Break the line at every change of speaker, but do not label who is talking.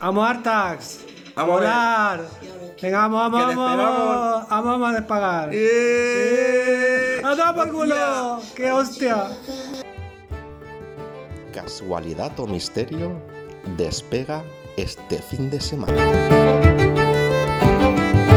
Vamos, Artax.
Vamos a ver.
volar. Venga, vamos, vamos,
Que
vamos,
te esperamos.
vamos. Vamos, vamos a despagar.
¡Eh!
¡Anda por
Hostia.
culo! ¡Qué hostia!
Casualidad o misterio despega este fin de semana.